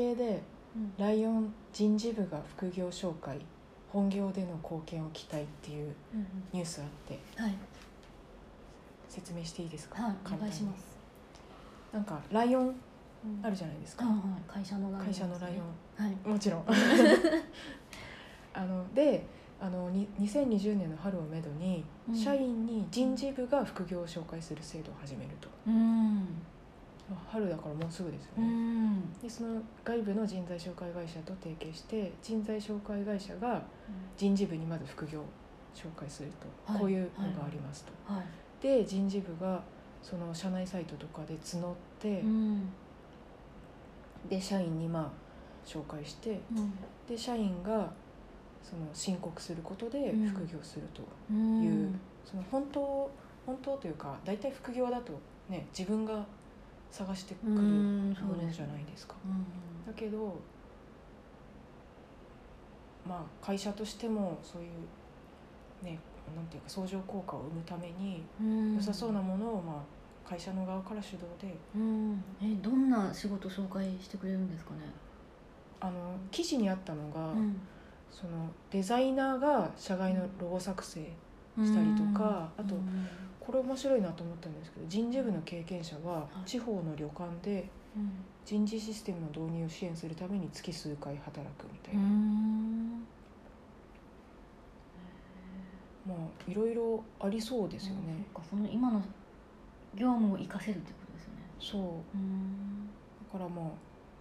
うんライオン人事部が副業紹介本業での貢献を期待っていううんうんニュースあってはい説明していいですか、はい簡単お願にいしますなんかライオンあるじじゃないですゃか、んはい会社のライオン会社のライですねオはいンもちろ んあのであのに2020年の春をめどに、うん社員に人事部が副業を紹介する制度を始めるとうん春だからもうすぐですうよね、んでその外部の人材紹介会社と提携して人材紹介会社が人事部にまず副業を紹介すると、はいこういうのがありますと、はいで人事部がその社内サイトとかで募って、うんで社員にまあ紹介してうんで社員がその申告することでうん副業すると、うんいうその本当本当というか大体副業だとね自分が探してくうるもんそうでのすじゃないでですか。うんだけどまあ会社としてもそういうねなんていうか相乗効果を生むためにうん良さそうなものを、まあ、会社の側から主導でうんえどんな仕事紹介してくれるんですかねあの記事にあったのが、うんそのデザイナーが社外のロゴ作成したりとかうんあとうんこれ面白いなと思ったんですけど人事部の経験者ははい地方の旅館でうん人事システムの導入を支援するために月数回働くみたいうな、んまあいろいろありそうですよね。うんそっかその今の業務を活かせるってことですよねそううんだからまあ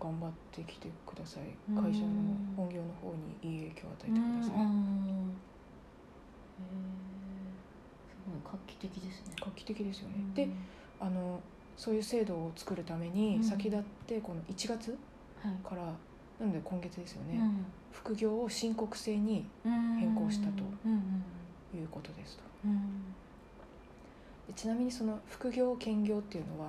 頑張ってきてくださいうん会社の本業の方にいい影響を与えてください、うんうんへえすごい画期的ですね画期的ですよね、うんであのそういう制度を作るためにうん先立ってこの1月はいから、なので今月ですよね、うん副業を申告制に変更したとうんうんいうことですとうんでちなみにその副業兼業っていうのは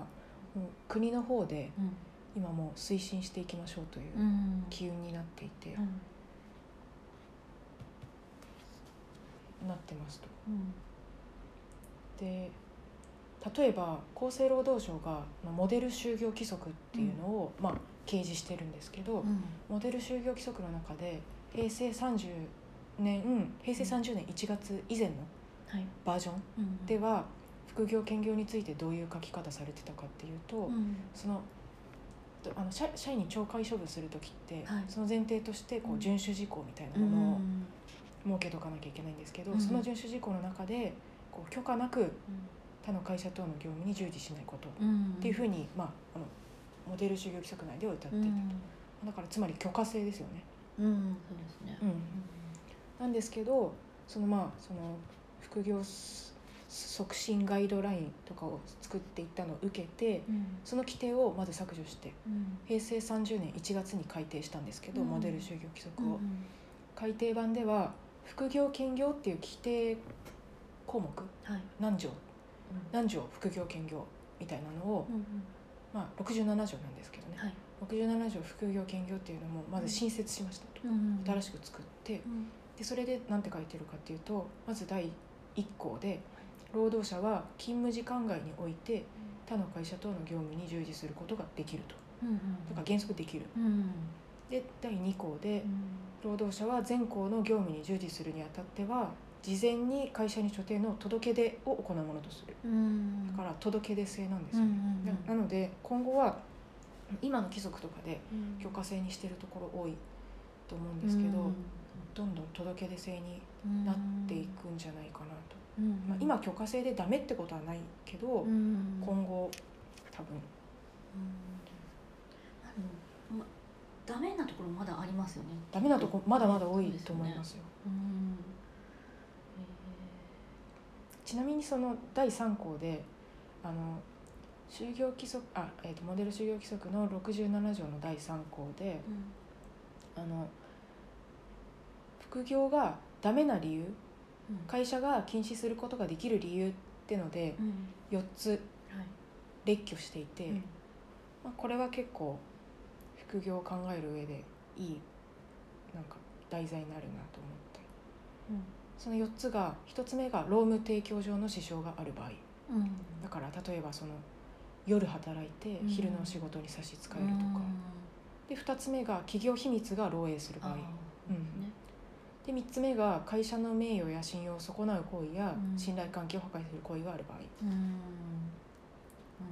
もう国の方でうん今もう推進していきましょうといううんうん機運になっていて、うんなってますとうんで例えば厚生労働省がまあモデル就業規則っていうのを、まあ、掲示してるんですけど、うんモデル就業規則の中で平成30年平成30年1月以前のはいバージョンうんでは副業兼業についてどういう書き方されてたかっていうと、うんそのとあの社社員に懲戒処分する時って、はいその前提としてこううん遵守事項みたいなうものをん設けとかなきゃいけないんですけど、うんその遵守事項の中でこう許可なく他の会社等の業務に従事しないことっうんていうふにうに、まあ、あのモデル就業規則内では歌っていた、だからつまり許可制ですよね、うんうんそうですねなんですけどそのまあその副業す促進ガイドラインとかを作っていったのを受けてうんその規定をまず削除してうん平成30年1月に改定したんですけど、うんモデル就業規則を、うん改定版では副業兼業っていう規定項目はい何条な何条副業兼業みたいなのを、まあ、67条なんですけどね、はい67条副業兼業っていうのもまず新設しましたと、新ししく作ってくうんでそれで何て書いてるかっていうとまず第1項で労働者は勤務時間外において他の会社等の業務に従事することができるとうんうんだから原則できるうんで第2項で労働者は全項の業務に従事するにあたっては事前に会社に所定の届け出を行うものとするうんだからら届け出制なんですうよ、んうねんうんなので今後は今の規則とかでうん許可制にしてるところ多いと思うんですけど、どんどん届け出制にうんなっていくんじゃないかなと、うんまあ、今許可制でダメってことはないけど、うん今後多分うんまダメなところまだありますよねダメなとこまだまだ多いと思いますようんちなみにその第3項であの就業規則あ、えー、とモデル就業規則の67条の第3項でへえうんあの副業がダメな理由うん会社が禁止することができる理由ってのでうん4つはい列挙していて、うんまあ、これは結構副業を考える上でいいなんか題材になるなと思ってその4つが1つ目が労務提供上の支障がある場合うんうんだから例えばその夜働いてうん昼のお仕事に差し支えるとか、うんで2つ目が企業秘密が漏洩する場合あーうんねで3つ目が会社の名誉や信用を損なう行為やうん信頼関係を破壊する行為がある場合うん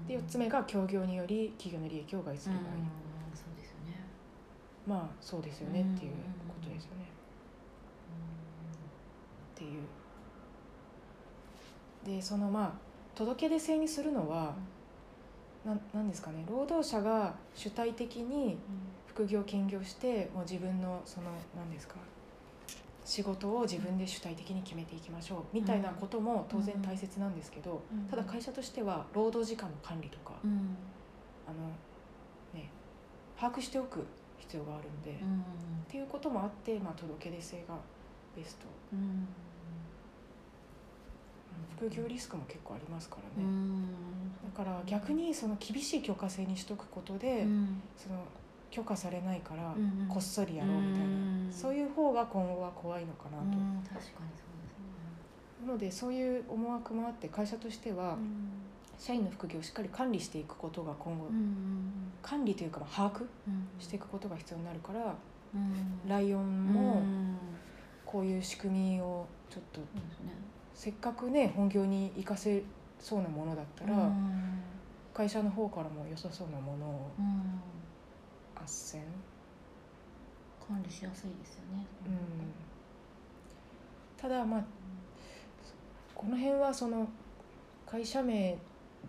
で4つ目が協業により企業の利益を害すうんるう場ん合、そうですよねまあそうですよねっていうことですよね、っていうでそのまあ届け出制にするのはななんですかね労働者が主体的に副業兼業してもう自分のその何ですか仕事を自分で主体的に決めていきましょうみたいなことも当然大切なんですけど、うんただ会社としては労働時間の管理とか、うんあのね把握しておく必要があるんで、うっんていうこともあって、まあ、届け出制がベストうん副業リスクも結構ありますからうね、んだから逆にその厳しい許可制にしとくことで、うんその許可されないからうんこっそりやろうみたいな、うんそういう方が今後は怖いのかなうと、ん確かにそうですねなのでそういう思惑もあって会社としてはうん社員の副業をしっかり管理していくことが今後、うん管理というかまあ把握うんしていくことが必要になるから、うんライオうンんもそこういう仕組みをちょっとうですねせっかくね本業に生かせそうなものだったら、うん会社の方からも良さそうなものをうん斡旋管理しやすいですよねうんただまあこの辺はその会社名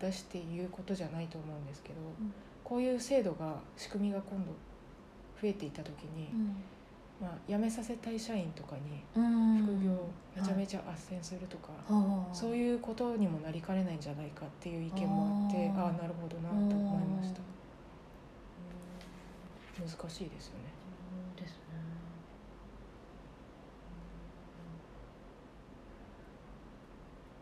出して言うことじゃないと思うんですけど、うんこういう制度が仕組みが今度増えていった時に、まあ、辞めさせたい社員とかにうん副業めちゃめちゃ斡旋するとか、そうういうことにもなりかねないんじゃないかっていう意見もあってあーああなるほどなと思いました難しいですよね。